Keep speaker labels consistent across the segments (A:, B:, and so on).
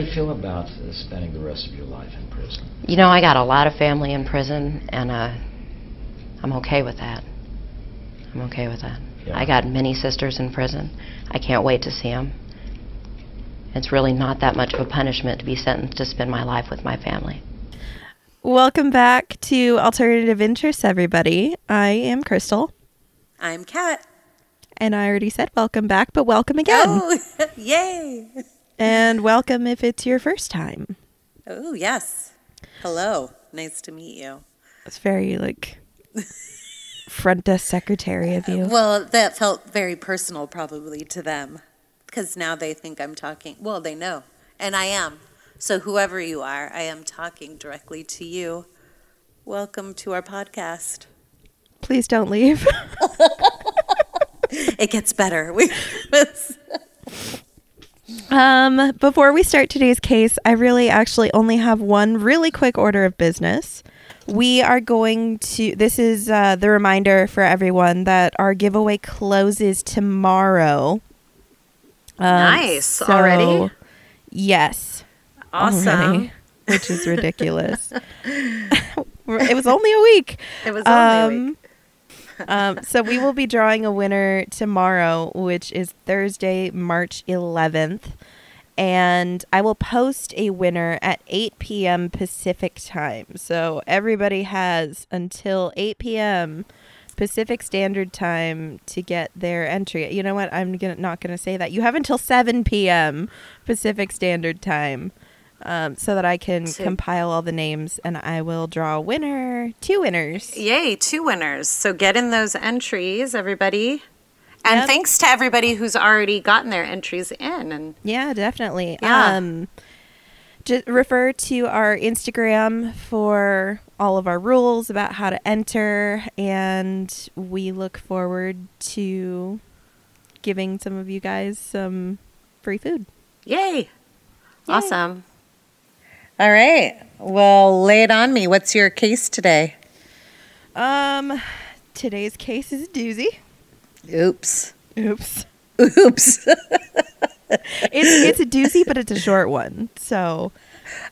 A: not spending the rest of your life in prison?
B: You know, I got a lot of family in prison, and uh, I'm okay with that. I'm okay with that.
A: Yeah.
B: I got many sisters in prison. I can't wait to see them. It's really not that much of a punishment to be sentenced to spend my life with my family.
C: Welcome back to Alternative Interests, everybody. I am Crystal,
D: I'm Kat.
C: and I already said welcome back, but welcome again.
D: Oh, yay.
C: And welcome if it's your first time.
D: Oh, yes. Hello. Nice to meet you.
C: It's very like front desk secretary of you.
D: Uh, Well, that felt very personal probably to them because now they think I'm talking. Well, they know, and I am. So, whoever you are, I am talking directly to you. Welcome to our podcast.
C: Please don't leave.
D: It gets better. We, it's-
C: Um, before we start today's case, I really actually only have one really quick order of business. We are going to, this is uh, the reminder for everyone that our giveaway closes tomorrow.
E: nice. Already?
C: Um, So, Yes.
E: Awesome.
C: Already, which is ridiculous. it was only a week.
E: It was only a week.
C: um, so we will be drawing a winner tomorrow, which is Thursday, March 11th. And I will post a winner at 8 p.m. Pacific time. So everybody has until 8 p.m. Pacific Standard Time to get their entry. You know what? I'm gonna, not going to say that. You have until 7 p.m. Pacific Standard Time um, so that I can
E: To-
C: compile all the names and I will draw a winner, two winners.
E: Yay, two winners. So get in those entries, everybody. And
C: Yep.
E: thanks to everybody who's already gotten their entries in. And
C: Yeah, definitely.
E: Yeah.
C: Um, just refer to our Instagram for all of our rules about how to enter, and we look forward to giving some of you guys some free food.
E: yay. Awesome.
D: all right. Well, lay it on me. What's your case today?
C: Um, today's case is a doozy.
D: Oops.
C: Oops, Um.
D: Oops.
C: it's it's a doozy, but it's a short one. So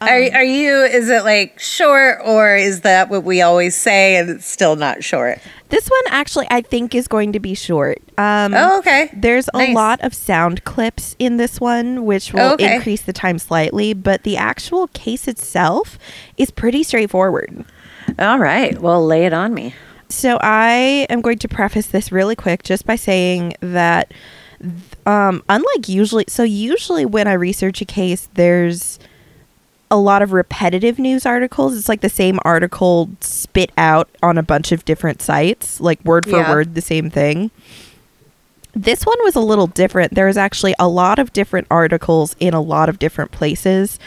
D: are, are you, is it like short or is that what we always say and it's still not short?
C: this one actually, I think, is going to be short. Um,
D: Oh, okay.
C: There's a
D: Nice.
C: lot of sound clips in this one, which will
D: Okay.
C: increase the time slightly, but the actual case itself is pretty straightforward.
E: All right. Well, lay it on me.
C: So I am going to preface this really quick just by saying that th- um, unlike usually, so usually when I research a case, there's a lot of repetitive news articles. It's like the same article spit out on a bunch of different sites, like word for
E: Yeah.
C: word, the same thing. This one was a little different. There was actually a lot of different articles in a lot of different places,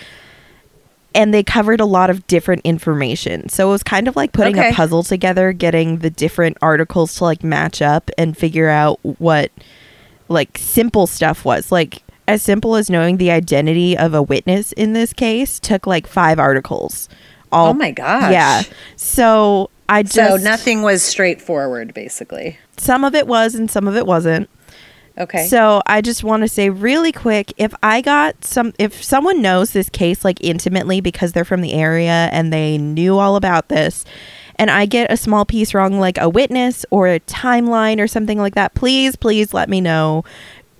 C: and they covered a lot of different information. So it was kind of like putting a
E: Okay.
C: puzzle together, getting the different articles to like match up and figure out what like simple stuff was like as simple as knowing the identity of a witness in this case took like five articles all
D: Oh my gosh.
C: yeah so i just
D: So nothing was straightforward, basically.
C: some of it was and some of it wasn't
D: Okay.
C: so i just want to say really quick if i got some if someone knows this case like intimately because they're from the area and they knew all about this and i get a small piece wrong like a witness or a timeline or something like that please please let me know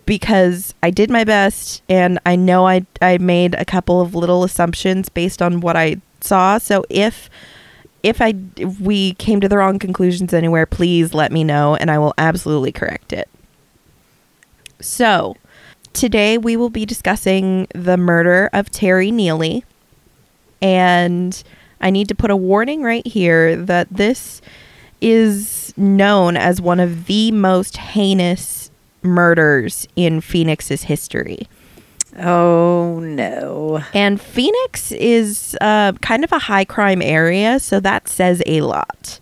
C: because I did my best and I know I I made a couple of little assumptions based on what I saw. So if if I if we came to the wrong conclusions anywhere, please let me know and I will absolutely correct it. So, today we will be discussing the murder of Terry Neely and I need to put a warning right here that this is known as one of the most heinous murders in Phoenix's history.
D: oh no.
C: And Phoenix is uh, kind of a high crime area, so that says a lot.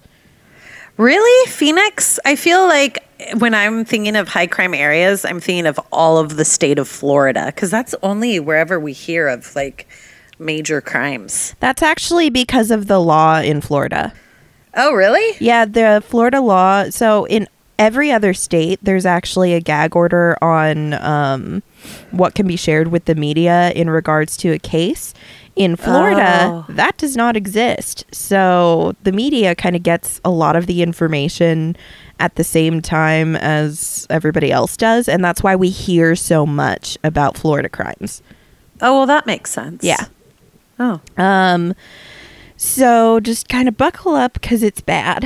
D: Really? Phoenix? I feel like when I'm thinking of high crime areas, I'm thinking of all of the state of Florida because that's only wherever we hear of like major crimes.
C: That's actually because of the law in Florida.
D: Oh, really?
C: Yeah, the Florida law. So in every other state, there's actually a gag order on um, what can be shared with the media in regards to a case. In Florida, that does not exist. So the media kind of gets a lot of the information at the same time as everybody else does. And that's why we hear so much about Florida crimes.
E: Oh, well, that makes sense.
C: Yeah.
E: Oh.
C: Um, so just kind of buckle up because it's bad.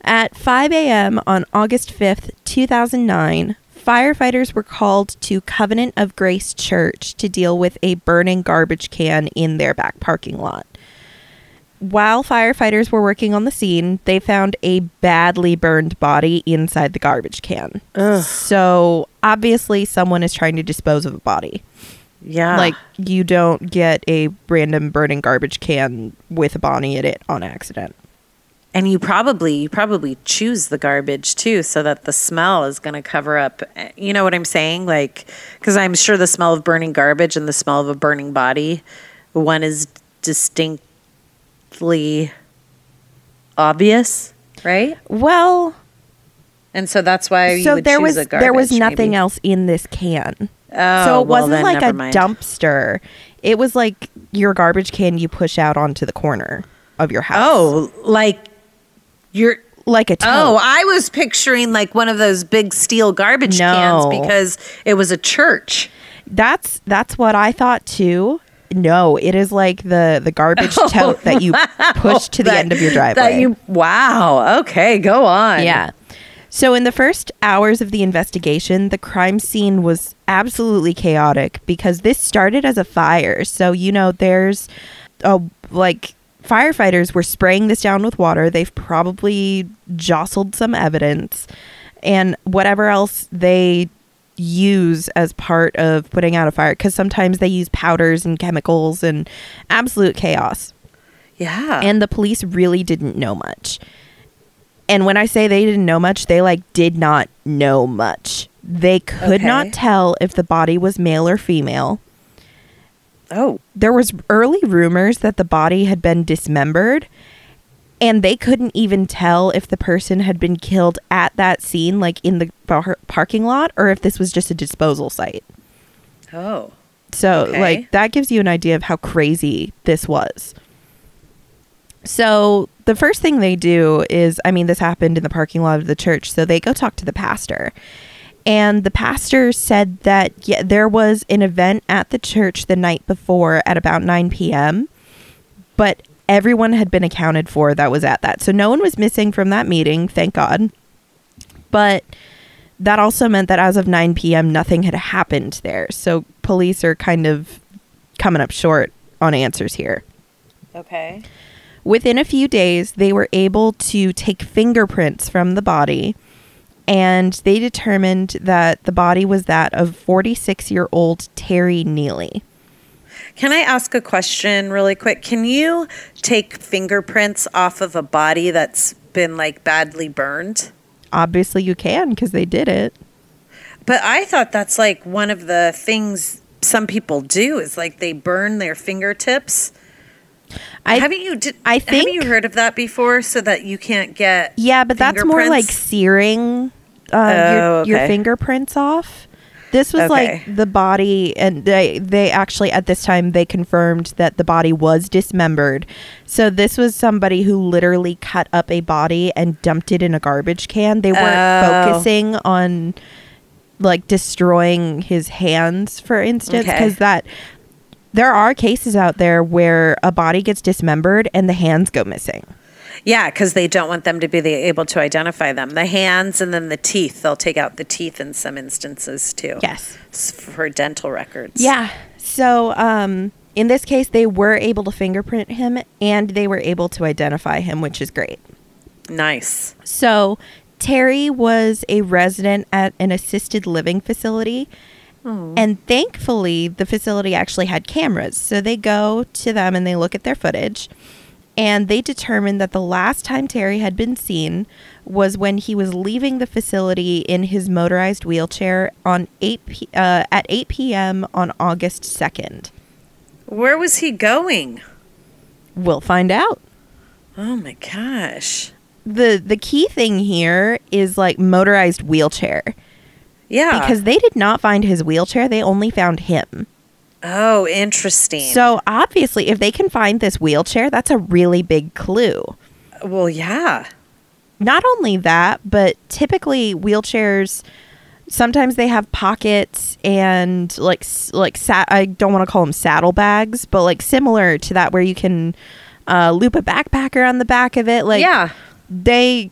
C: At 5 a.m. on August 5th, 2009, firefighters were called to Covenant of Grace Church to deal with a burning garbage can in their back parking lot. While firefighters were working on the scene, they found a badly burned body inside the garbage can. So obviously, someone is trying to dispose of a body.
E: Yeah.
C: Like you don't get a random burning garbage can with a Bonnie in it on accident.
E: and you probably you probably choose the garbage too so that the smell is going to cover up eh, you know what i'm saying like because i'm sure the smell of burning garbage and the smell of a burning body one is distinctly obvious right
C: Well,
E: and so that's why Oh, you
C: so
E: would
C: there
E: choose
C: was
E: a
C: there was
E: garbage,
C: nothing
E: maybe.
C: else in this can.
E: oh,
C: so it
E: well,
C: wasn't
E: then
C: like
E: never
C: a
E: mind.
C: dumpster. It was like your garbage can you push out onto the corner of your house.
E: oh like you're
C: like a tote.
E: Oh, I was picturing like one of those big steel garbage
C: No.
E: cans because it was a church.
C: That's that's what I thought too. No, it is like the the garbage tote that you push to the
E: Oh, That-
C: end of your driveway.
E: That you wow. Okay, go on.
C: Yeah. So, in the first hours of the investigation, the crime scene was absolutely chaotic because this started as a fire. So, you know, there's a like firefighters were spraying this down with water. They've probably jostled some evidence and whatever else they use as part of putting out a fire because sometimes they use powders and chemicals and absolute chaos
E: Yeah.
C: and the police really didn't know much. And when I say they didn't know much, they like did not know much. They could
E: Okay.
C: not tell if the body was male or female.
E: oh,
C: There was early rumors that the body had been dismembered and they couldn't even tell if the person had been killed at that scene like in the par- parking lot or if this was just a disposal site.
E: oh.
C: So,
E: Okay.
C: like, that gives you an idea of how crazy this was. So, the first thing they do is I mean, this happened in the parking lot of the church. So, they go talk to the pastor. And the pastor said that yeah, there was an event at the church the night before at about 9 p.m., but everyone had been accounted for that was at that. So, no one was missing from that meeting, thank God. But that also meant that as of 9 p.m., nothing had happened there. So police are kind of coming up short on answers here.
E: Okay.
C: Within a few days, they were able to take fingerprints from the body, and they determined that the body was that of 46 year old Terry Neely.
E: Can I ask a question really quick? Can you take fingerprints off of a body that's been like badly burned?
C: Obviously, you can because they did it.
E: But I thought that's like one of the things some people do is like they burn their fingertips.
C: I-
E: haven't you? Did,
C: I
E: haven't you
C: think-
E: heard of that before? So that you can't get
C: Yeah, but that's more like
E: fingerprints?
C: searing uh,
E: Oh,
C: your, your
E: okay.
C: fingerprints off. This was
E: Okay.
C: like the body, and they they actually at this time they confirmed that the body was dismembered. So this was somebody who literally cut up a body and dumped it in a garbage can. They weren't
E: Oh.
C: focusing on like destroying his hands, for instance,
E: Okay.
C: because that there are cases out there where a body gets dismembered and the hands go missing.
E: yeah, because they don't want them to be the, able to identify them. The hands and then the teeth. They'll take out the teeth in some instances too.
C: Yes.
E: S- for dental records.
C: Yeah. So, um, in this case, they were able to fingerprint him and they were able to identify him, which is great.
E: nice.
C: So, Terry was a resident at an assisted living facility. And thankfully, the facility actually had cameras. So they go to them and they look at their footage. And they determined that the last time Terry had been seen was when he was leaving the facility in his motorized wheelchair on 8 p- uh, at 8 p.m. on August 2nd.
E: Where was he going?
C: We'll find out.
E: Oh my gosh.
C: the the key thing here is like motorized wheelchair
E: Yeah.
C: because they did not find his wheelchair; they only found him.
E: oh, interesting.
C: So obviously, if they can find this wheelchair, that's a really big clue.
E: well, yeah.
C: Not only that, but typically wheelchairs sometimes they have pockets and like s- like sa- I don't want to call them saddlebags, but like similar to that where you can uh, loop a backpack around the back of it. Like
E: yeah.
C: they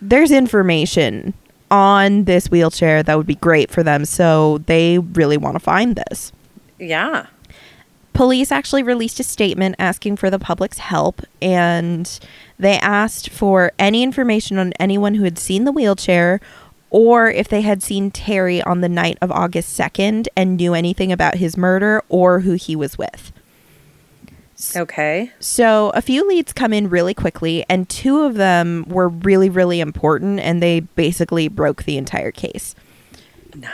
C: there's information on this wheelchair that would be great for them, so they really want to find this.
E: Yeah.
C: Police actually released a statement asking for the public's help, and they asked for any information on anyone who had seen the wheelchair or if they had seen Terry on the night of August 2nd and knew anything about his murder or who he was with.
E: Okay.
C: So, a few leads come in really quickly, and two of them were really, really important, and they basically broke the entire case.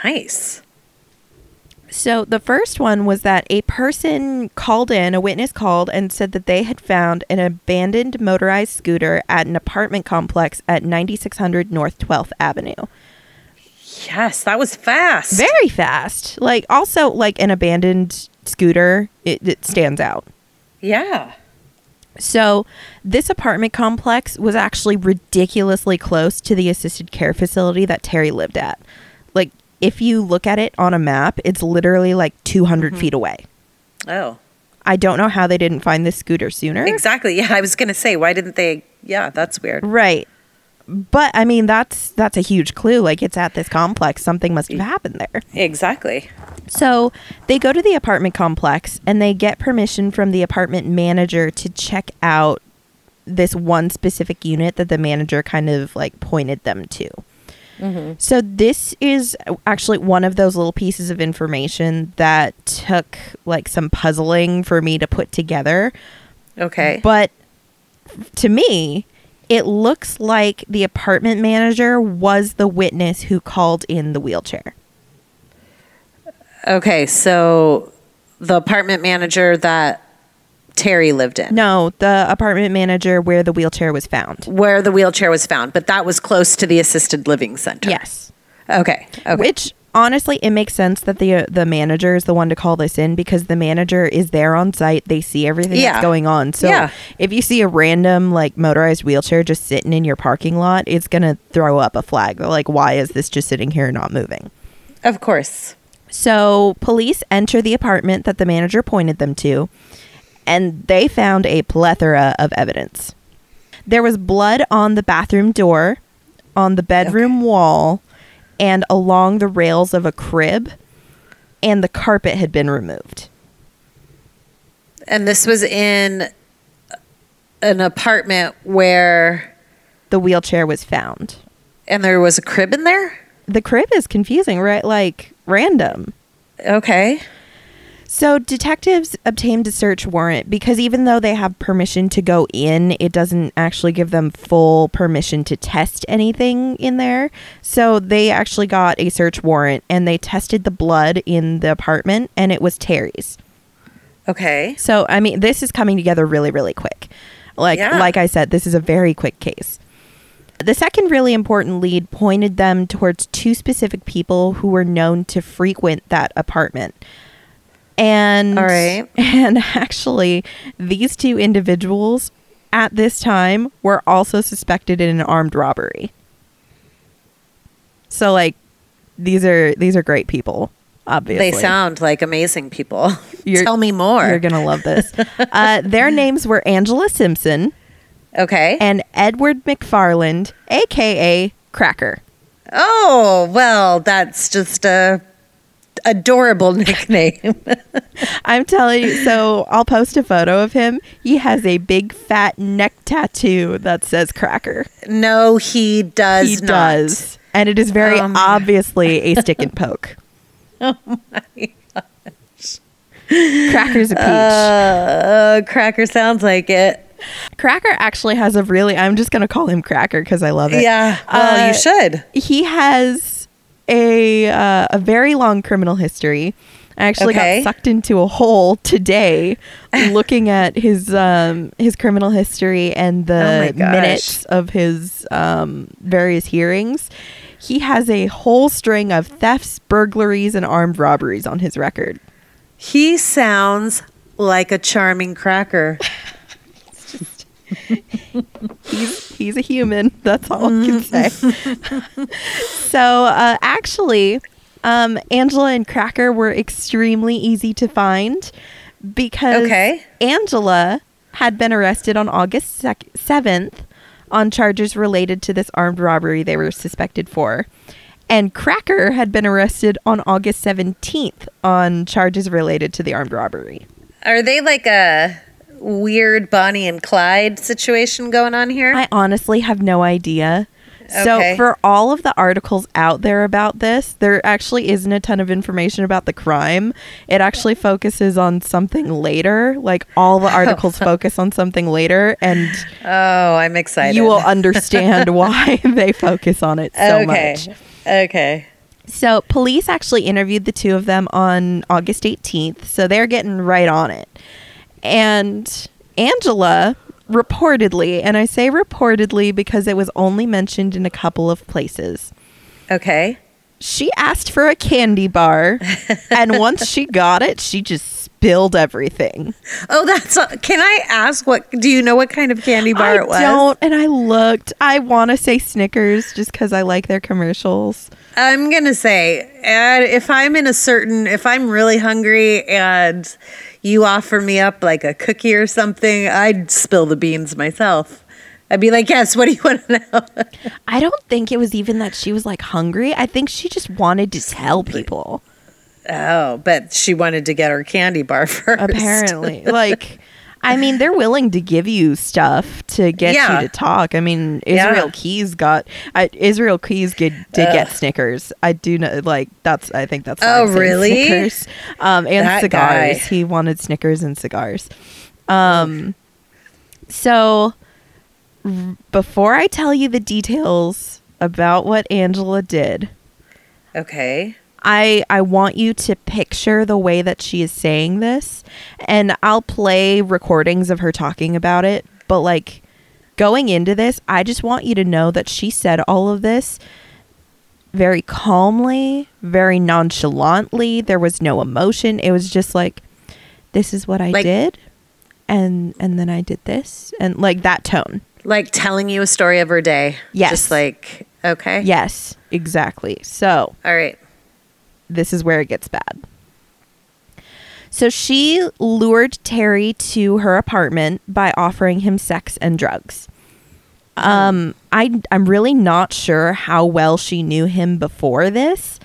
E: Nice.
C: So the first one was that a person called in, a witness called and said that they had found an abandoned motorized scooter at an apartment complex at 9600 North 12th Avenue.
E: Yes, that was fast.
C: Very fast. Like also like an abandoned scooter, it, it stands out.
E: yeah.
C: So, this apartment complex was actually ridiculously close to the assisted care facility that Terry lived at. Like, if you look at it on a map, it's literally like 200 feet away.
E: Oh.
C: I don't know how they didn't find this scooter sooner.
E: Exactly. Yeah, I was going to say why didn't they Yeah, that's weird.
C: Right. But I mean that's that's a huge clue. Like it's at this complex. Something must have happened there.
E: Exactly.
C: So they go to the apartment complex and they get permission from the apartment manager to check out this one specific unit that the manager kind of like pointed them to. So this is actually one of those little pieces of information that took like some puzzling for me to put together.
E: Okay.
C: But to me, it looks like the apartment manager was the witness who called in the wheelchair.
E: okay, so the apartment manager that Terry lived in.
C: No, the apartment manager where the wheelchair was found.
E: Where the wheelchair was found, but that was close to the assisted living center.
C: Yes.
E: Okay. Okay.
C: Which honestly, it makes sense that the uh, the manager is the one to call this in because the manager is there on site. They see everything
E: Yeah.
C: that's going on. So
E: Yeah.
C: if you see a random like motorized wheelchair just sitting in your parking lot, it's gonna throw up a flag. They're like, why is this just sitting here and not moving?
E: of course.
C: So police enter the apartment that the manager pointed them to, and they found a plethora of evidence. There was blood on the bathroom door, on the bedroom wall, and along the rails of a crib, and the carpet had been removed.
E: And this was in an apartment where
C: The wheelchair was found.
E: and there was a crib in there?
C: The crib is confusing, right? Like random.
E: Okay.
C: So detectives obtained a search warrant because even though they have permission to go in, it doesn't actually give them full permission to test anything in there. So they actually got a search warrant and they tested the blood in the apartment and it was Terry's.
E: Okay.
C: So I mean, this is coming together really, really quick. Like
E: Yeah.
C: like I said, this is a very quick case. The second really important lead pointed them towards two specific people who were known to frequent that apartment. And
E: All right.
C: and actually these two individuals at this time were also suspected in an armed robbery. So like these are these are great people, obviously.
E: They sound like amazing people.
C: You're-
E: Tell me more.
C: You're gonna love this. uh, their names were Angela Simpson
E: okay.
C: and Edward McFarland, aka Cracker.
E: oh, well, that's just a adorable nickname.
C: I'm telling you. So I'll post a photo of him. He has a big fat neck tattoo that says Cracker.
E: no, he does
C: He
E: not.
C: does, and it is very
E: Oh, man.
C: obviously a stick and poke. Oh my gosh! Cracker's a peach.
E: Uh, cracker sounds like it.
C: Cracker actually has a really. I'm just gonna call him Cracker because I love it.
E: Yeah. Well,
C: Uh,
E: you should.
C: he has a uh, a very long criminal history. I actually
E: Okay.
C: got sucked into a hole today looking at his um his criminal history and
E: Oh my
C: the
E: gosh.
C: minutes of his um various hearings. He has a whole string of thefts, burglaries, and armed robberies on his record.
E: He sounds like a charming cracker.
C: he's a human. That's all I can say. so, uh, actually, um, Angela and Cracker were extremely easy to find because
E: Okay.
C: Angela had been arrested on August sec- 7th on charges related to this armed robbery they were suspected for. And Cracker had been arrested on August 17th on charges related to the armed robbery.
E: Are they like a weird Bonnie and Clyde situation going on here?
C: I honestly have no idea. So
E: Okay.
C: for all of the articles out there about this, there actually isn't a ton of information about the crime. It actually focuses on something later. Like all the articles focus on something later and
E: oh, I'm excited.
C: you will understand why they focus on it so
E: okay.
C: much.
E: Okay.
C: So, police actually interviewed the two of them on August 18th, so they're getting right on it. And Angela reportedly, and I say reportedly because it was only mentioned in a couple of places,
E: Okay.
C: she asked for a candy bar, and once she got it, she just spilled everything.
E: Oh, that's. can I ask what? Do you know what kind of candy bar
C: I
E: it was?
C: don't, and I looked. I want to say Snickers just because I like their commercials.
E: I'm gonna say, and if I'm in a certain, if I'm really hungry and you offer me up like a cookie or something, I'd spill the beans myself. I'd be like, yes. What do you want to know?
C: I don't think it was even that she was like hungry. I think she just wanted to tell people.
E: Oh, but she wanted to get her candy bar first.
C: apparently like i mean they're willing to give you stuff to get
E: Yeah.
C: you to talk i mean
E: Yeah.
C: israel keys got I, israel keys did, did get snickers i do know like that's i think that's why
E: Oh,
C: I'm saying
E: really?
C: snickers um and
E: That
C: cigars
E: guy.
C: he wanted snickers and cigars um so r- before i tell you the details about what angela did
E: Okay.
C: I I want you to picture the way that she is saying this and I'll play recordings of her talking about it, but like going into this, I just want you to know that she said all of this very calmly, very nonchalantly. There was no emotion. It was just like this is what I
E: Like-
C: did and and then I did this and like that tone.
E: Like telling you a story of her day.
C: Yes.
E: Just like, okay.
C: Yes, exactly. So,
E: All right.
C: this is where it gets bad. So she lured Terry to her apartment by offering him sex and drugs. Um, I I'm really not sure how well she knew him before this,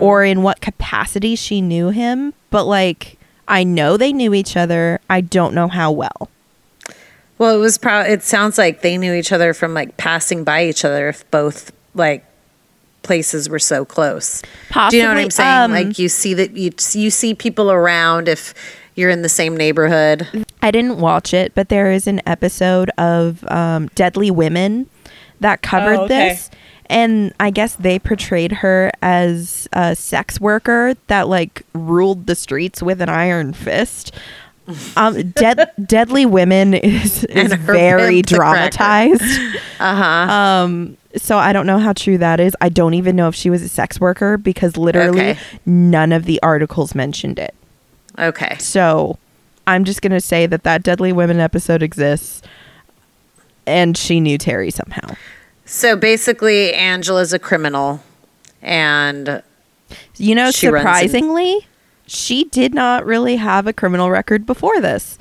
C: or in what capacity she knew him. But like, I know they knew each other. I don't know how well.
E: Well, it was probably, it sounds like they knew each other from like passing by each other if both like places were so close. Do you know what
C: Possibly,
E: I'm saying?
C: um,
E: like you see that you, you see people around if you're in the same neighborhood.
C: I didn't watch it, but there is an episode of um, Deadly Women that covered
E: Oh, okay.
C: this. And I guess they portrayed her as a sex worker that like ruled the streets with an iron fist. Um, dead, Deadly Women is, is
E: And her Uh-huh.
C: very
E: pimp, the cracker.
C: dramatized. Um, so I don't know how true that is. I don't even know if she was a sex worker because literally
E: Okay.
C: none of the articles mentioned it.
E: Okay.
C: So I'm just going to say that that Deadly Women episode exists and she knew Terry somehow.
E: So basically, Angela's a criminal and
C: You know,
E: She runs in-
C: surprisingly, she did not really have a criminal record before this.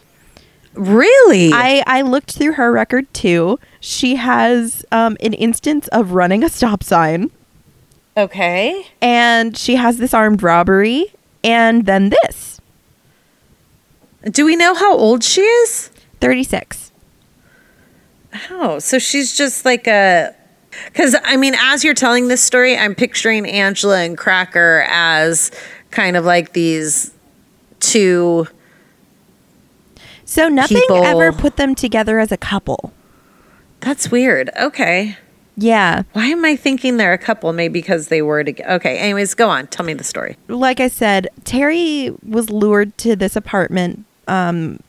E: really
C: I, I looked through her record too. She has um, an instance of running a stop sign
E: okay.
C: and she has this armed robbery and then this
E: Do we know how old she is?
C: 36.
E: Oh, so she's just like a. Because, I mean, as you're telling this story, I'm picturing Angela and Cracker as kind of like these two.
C: So nothing
E: People-
C: ever put them together as a couple.
E: That's weird. Okay.
C: Yeah.
E: Why am I thinking they're a couple? Maybe because they were together. Okay. Anyways, go on. Tell me the story.
C: like I said, Terry was lured to this apartment um,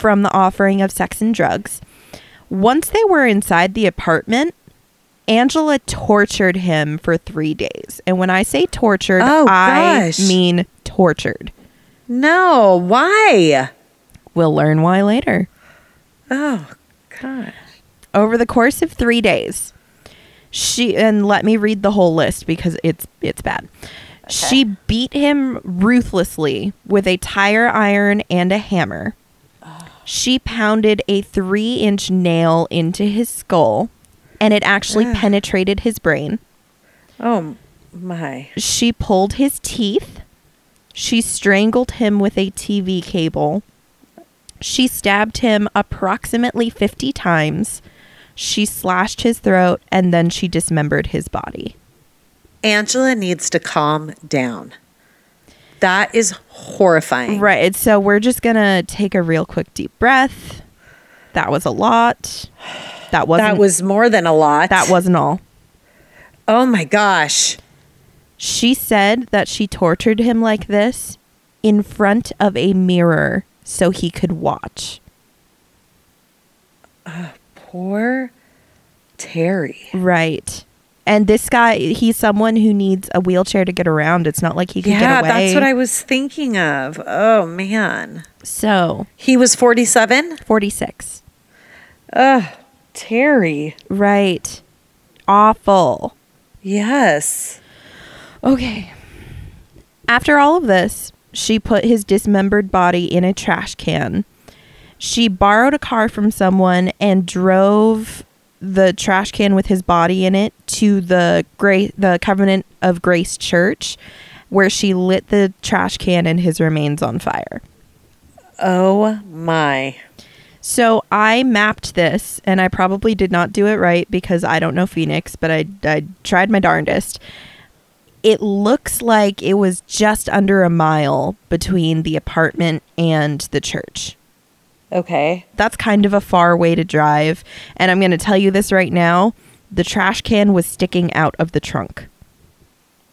C: from the offering of sex and drugs. Once they were inside the apartment, Angela tortured him for three days. And when I say tortured,
E: Oh,
C: I
E: gosh.
C: mean tortured.
E: No. Why?
C: We'll learn why later.
E: Oh, God.
C: Over the course of three days, she and let me read the whole list because it's it's bad. She beat him ruthlessly with a tire iron and a hammer. She pounded a three inch nail into his skull and it actually penetrated his brain.
E: Oh, my.
C: She pulled his teeth. She strangled him with a TV cable. She stabbed him approximately 50 times. She slashed his throat and then she dismembered his body.
E: Angela needs to calm down. That is horrifying.
C: Right. So we're just going to take a real quick deep breath. That was a lot. That wasn't
E: That was more than a lot.
C: that wasn't all.
E: Oh my gosh.
C: She said that she tortured him like this in front of a mirror so he could watch.
E: Poor Terry.
C: Right. And this guy, he's someone who needs a wheelchair to get around. It's not like he can
E: Yeah,
C: get away.
E: that's what I was thinking of. Oh man.
C: So,
E: He was 47?
C: 46.
E: Terry.
C: Right. Awful.
E: Yes.
C: Okay. After all of this, she put his dismembered body in a trash can. She borrowed a car from someone and drove the trash can with his body in it to the Gra- the Covenant of Grace Church where she lit the trash can and his remains on fire.
E: Oh my.
C: So I mapped this, and I probably did not do it right because I don't know Phoenix, but I, I tried my darndest. It looks like it was just under a mile between the apartment and the church.
E: Okay.
C: That's kind of a far way to drive, and I'm going to tell you this right now the trash can was sticking out of the trunk.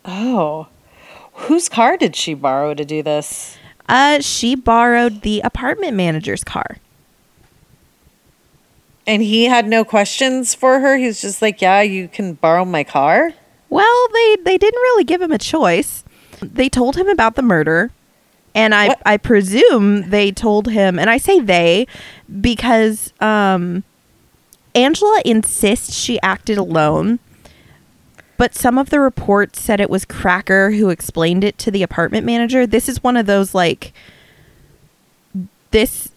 E: Oh. Whose car did she borrow to do this?
C: Uh, she borrowed the apartment manager's car.
E: And he had no questions for her. He was just like, "Yeah, you can borrow my car."
C: Well, they they didn't really give him a choice. They told him about the murder, and I
E: What?
C: I presume they told him, and I say they because um, Angela insists she acted alone, but some of the reports said it was Cracker who explained it to the apartment manager. This is one of those like this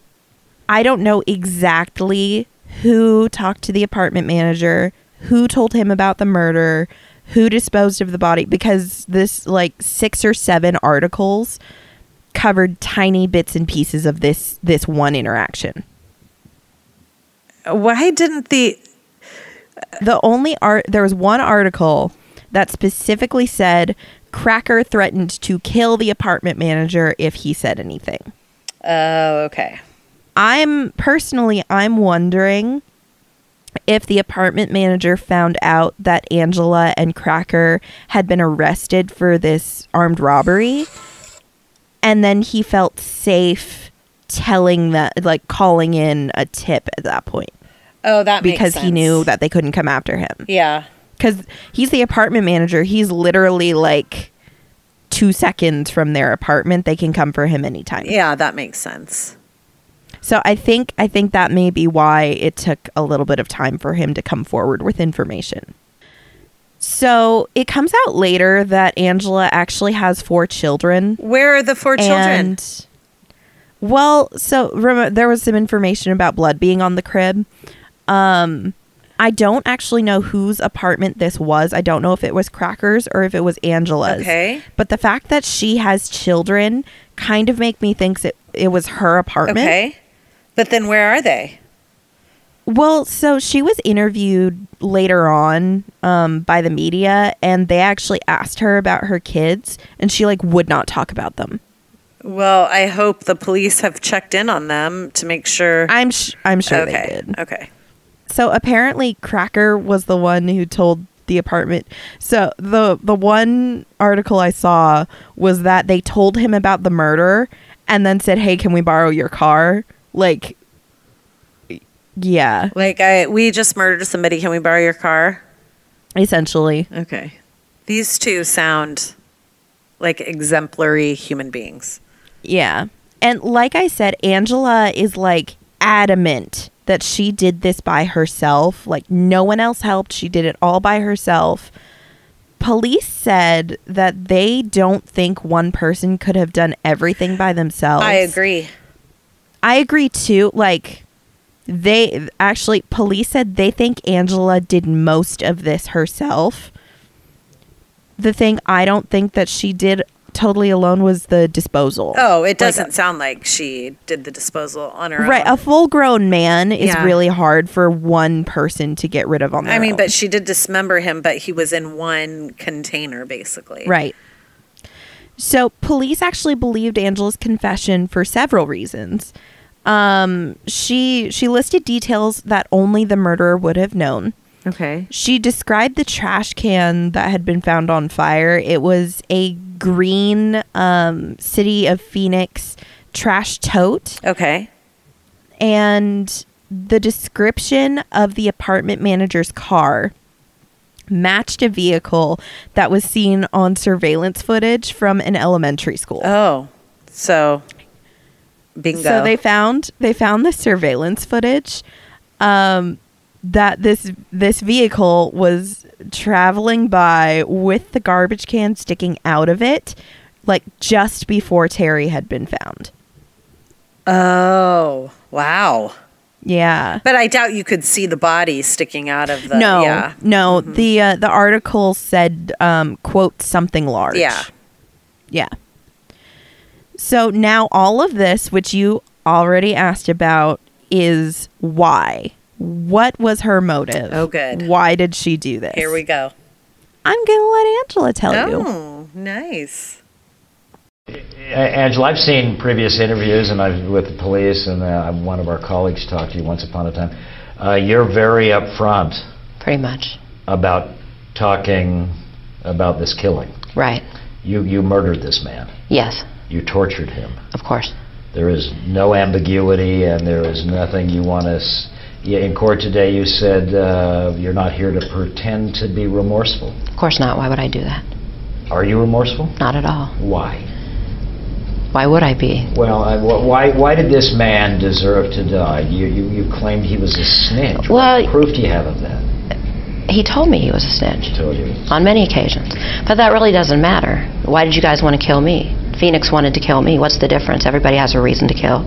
C: I don't know exactly who talked to the apartment manager, who told him about the murder, who disposed of the body, because this, like, six or seven articles covered tiny bits and pieces of this this one interaction.
E: Why didn't the
C: The only art there was one article that specifically said Cracker threatened to kill the apartment manager if he said anything.
E: Oh, okay.
C: I'm personally, I'm wondering if the apartment manager found out that Angela and Cracker had been arrested for this armed robbery, and then he felt safe telling that, like calling in a tip at that point
E: Oh, that makes
C: because he
E: sense.
C: knew that they couldn't come after him
E: Yeah.
C: because he's the apartment manager. He's literally like two seconds from their apartment. They can come for him anytime.
E: Yeah, that makes sense.
C: So I think I think that may be why it took a little bit of time for him to come forward with information. So it comes out later that Angela actually has four children.
E: Where are the four children?
C: And well, so remember, there was some information about blood being on the crib. Um, I don't actually know whose apartment this was. I don't know if it was Cracker's or if it was Angela's.
E: Okay.
C: But the fact that she has children kind of make me think it, it was her apartment.
E: Okay. But then where are they?
C: Well, so she was interviewed later on um, by the media, and they actually asked her about her kids, and she like would not talk about them.
E: Well, I hope the police have checked in on them to make sure.
C: I'm sh- I'm sure
E: okay.
C: they did.
E: Okay.
C: So apparently Cracker was the one who told the apartment. So the the one article I saw was that they told him about the murder and then said, "Hey, can we borrow your car?" Like yeah,
E: Like I we just murdered somebody. Can we borrow your car?
C: essentially.
E: Okay. These two sound like exemplary human beings.
C: Yeah. And like I said, Angela is like adamant that she did this by herself. Like no one else helped. She did it all by herself. Police said that they don't think one person could have done everything by themselves.
E: agree.
C: I agree too. Like they actually police said they think Angela did most of this herself. The thing I don't think that she did totally alone was the disposal.
E: Oh, it doesn't sound like she did the disposal on her
C: Right,
E: own.
C: a full-grown man is
E: Yeah.
C: really hard for one person to get rid of on their
E: I mean,
C: own.
E: but she did dismember him, but he was in one container basically.
C: right. So, police actually believed Angela's confession for several reasons. Um, she she listed details that only the murderer would have known.
E: Okay.
C: She described the trash can that had been found on fire. It was a green um, city of Phoenix trash tote.
E: Okay.
C: and the description of the apartment manager's car matched a vehicle that was seen on surveillance footage from an elementary school.
E: Oh. So bingo.
C: so they found they found the surveillance footage um, that this this vehicle was traveling by with the garbage can sticking out of it like just before Terry had been found.
E: Oh, wow.
C: Yeah.
E: But I doubt you could see the body sticking out of the
C: no,
E: yeah. Mm-hmm.
C: no. The uh, the article said, um, "quote something large."
E: Yeah.
C: yeah. So now all of this, which you already asked about, is why. What was her motive?
E: Oh, good.
C: Why did she do this?
E: Here we go.
C: I'm gonna let Angela tell you.
E: Oh, nice.
A: A- Angela, I've seen previous interviews and I've with the police, and uh, one of our colleagues talked to you once upon a time. Uh, you're very upfront
B: pretty much.
A: about talking about this killing.
B: Right.
A: You you murdered this man.
B: Yes,
A: You tortured him.
B: of course.
A: There is no ambiguity, and there is nothing you want us. Yeah, in court today, you said uh, you're not here to pretend to be remorseful.
B: Of course not. Why would I do that?
A: Are you remorseful?
B: Not at all.
A: Why?
B: Why would I be?
A: Well, I- wh- why, why did this man deserve to die? You, you, you claimed he was a snitch.
B: Well,
A: what proof do you have of that?
B: He told me he was a snitch
A: I told you.
B: on many occasions. But that really doesn't matter. Why did you guys want to kill me? Phoenix wanted to kill me. What's the difference? Everybody has a reason to kill.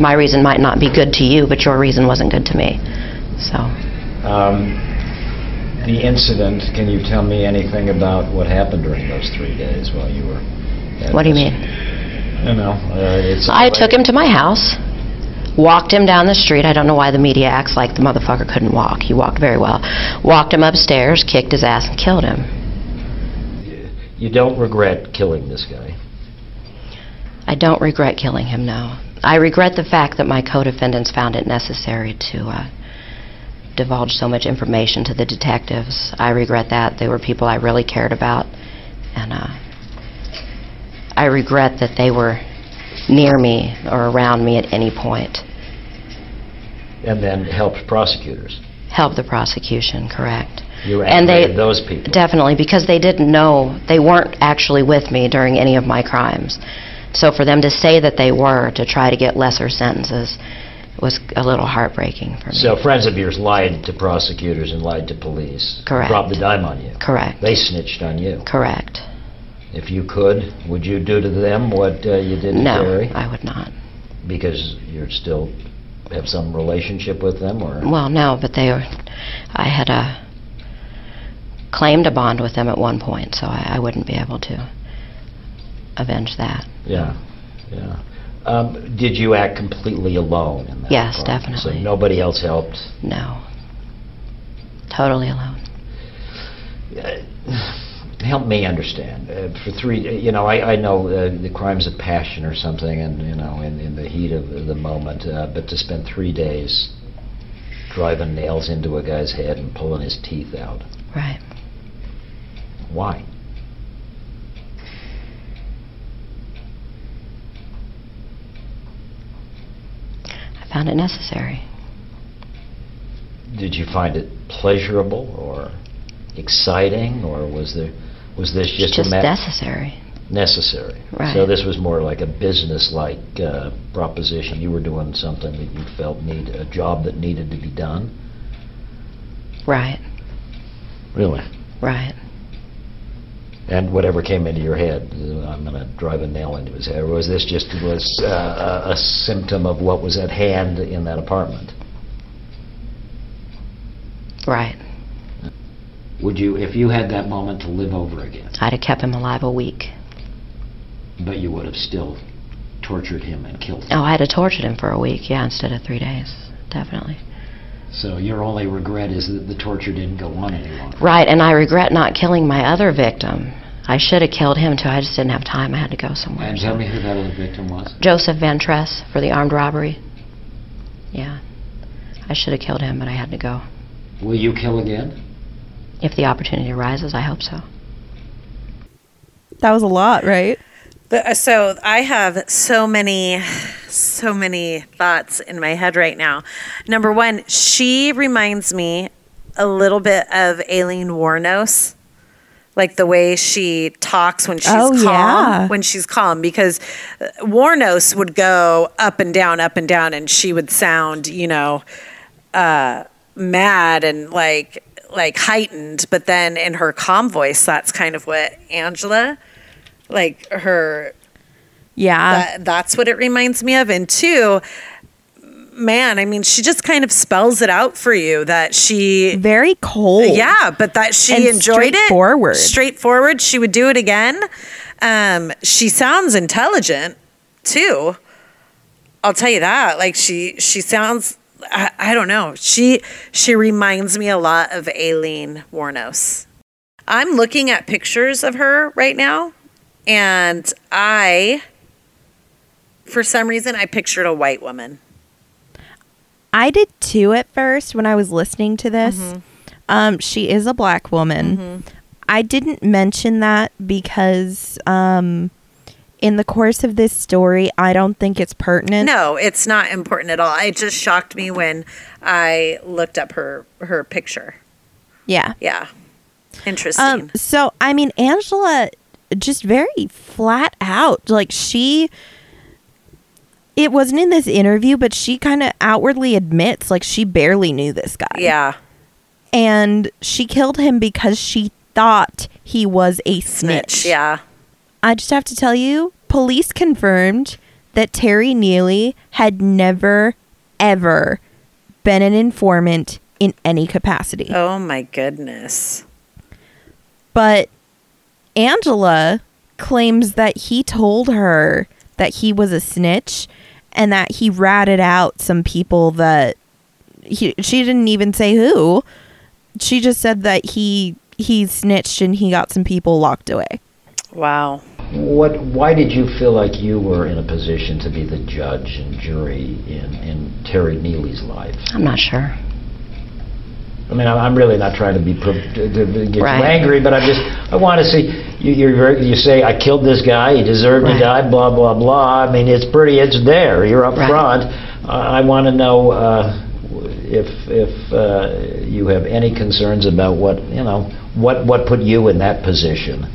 B: My reason might not be good to you, but your reason wasn't good to me. So.
A: Um, the incident. Can you tell me anything about what happened during those three days while you were? at
B: What do you
A: this-
B: mean?
A: No, no. Uh, it's.
B: I took him to my house, walked him down the street. I don't know why the media acts like the motherfucker couldn't walk. He walked very well. Walked him upstairs, kicked his ass, and killed him.
A: You don't regret killing this guy.
B: I don't regret killing him, no. I regret the fact that my co defendants found it necessary to uh, divulge so much information to the detectives. I regret that. They were people I really cared about. And uh, I regret that they were near me or around me at any point.
A: And then helped prosecutors.
B: Help the prosecution, correct?
A: You
B: And they-
A: aggravated those people.
B: Definitely, because they didn't know, they weren't actually with me during any of my crimes. So for them to say that they were, to try to get lesser sentences, was a little heartbreaking for me.
A: So friends of yours lied to prosecutors and lied to police.
B: Correct.
A: Dropped the dime on you.
B: Correct,
A: They snitched on you.
B: correct.
A: If you could, would you do to them what uh, you did to
B: No,
A: Terry?
B: I would not.
A: Because you're still have some relationship with them, or
B: Well, no, but they, were- I had uh claimed a bond with them at one point, so I I wouldn't be able to avenge that.
A: yeah, yeah. Um, did you act completely alone in that?
B: Yes,
A: part? So
B: definitely.
A: nobody else helped.
B: No. Totally alone.
A: Help me understand. Uh, for three, you know, I, I know uh, the crimes of passion or something, and you know, in, in the heat of the moment. Uh, but to spend three days driving nails into a guy's head and pulling his teeth out.
B: Right.
A: Why?
B: I found it necessary.
A: Did you find it pleasurable or exciting, or was there was this just,
B: It's just
A: a ma-
B: necessary.
A: necessary?
B: Right.
A: So this was more like a business-like uh, proposition. You were doing something that you felt need a job that needed to be done.
B: Right.
A: Really.
B: Right.
A: And whatever came into your head, uh, I'm going to drive a nail into his head. Or was this just was uh, a- a symptom of what was at hand in that apartment?
B: Right.
A: Would you, if you had that moment to live over again,
B: I'd have kept him alive a week.
A: but you would have still tortured him and killed him?
B: Oh, I had to torture him for a week, yeah, instead of three days. Definitely.
A: So your only regret is that the torture didn't go on any longer.
B: Right, and I regret not killing my other victim. I should have killed him too. I just didn't have time. I had to go somewhere.
A: And tell me who that other victim was.
B: Joseph Van Tress for the armed robbery. Yeah. I should have killed him, but I had to go.
A: Will you kill again?
B: If the opportunity arises, I hope so.
C: That was a lot, right?
E: The, uh, so I have so many, so many thoughts in my head right now. Number one, she reminds me a little bit of Aileen Warnos, like the way she talks when she's
C: Oh,
E: calm.
C: yeah.
E: When she's calm, because uh, Warnos would go up and down, up and down, and she would sound, you know, uh, mad and like like heightened but then in her calm voice that's kind of what angela like her
C: Yeah.
E: that, that's what it reminds me of and two man i mean she just kind of spells it out for you that she
C: Very cold.
E: yeah but that she
C: And
E: enjoyed it
C: straightforward.
E: straightforward she would do it again um she sounds intelligent too i'll tell you that like she she sounds I, I don't know she she reminds me a lot of aileen warnos i'm looking at pictures of her right now and i for some reason i pictured a white woman
C: I did too at first when I was listening to this.
E: Mm-hmm.
C: Um, she is a black woman. I didn't mention that because um, in the course of this story, I don't think it's pertinent.
E: No, it's not important at all. It just shocked me when I looked up her her picture.
C: Yeah.
E: Yeah, interesting.
C: Um, so I mean, Angela just very flat out like she. It wasn't in this interview, but she kind of outwardly admits like she barely knew this guy.
E: yeah,
C: and she killed him because she thought he was a snitch.
E: snitch. Yeah,
C: I just have to tell you, police confirmed that Terry Neely had never, ever been an informant in any capacity.
E: Oh my goodness.
C: But Angela claims that he told her that he was a snitch and that he ratted out some people that he, she didn't even say who. She just said that he he snitched and he got some people locked away.
E: Wow.
A: What? Why did you feel like you were in a position to be the judge and jury in, in Terry Neely's life?
B: I'm not sure.
A: I mean, I'm I'm really not trying to be pro- to, to to get
B: Right.
A: you angry, but I'm just I want to see you. You're, very- you say I killed this guy. He deserved
B: Right.
A: to die. Blah blah blah. I mean, it's pretty. It's there. You're up
B: Right.
A: front. I I want to know uh, if if uh, you have any concerns about what you know what what put you in that position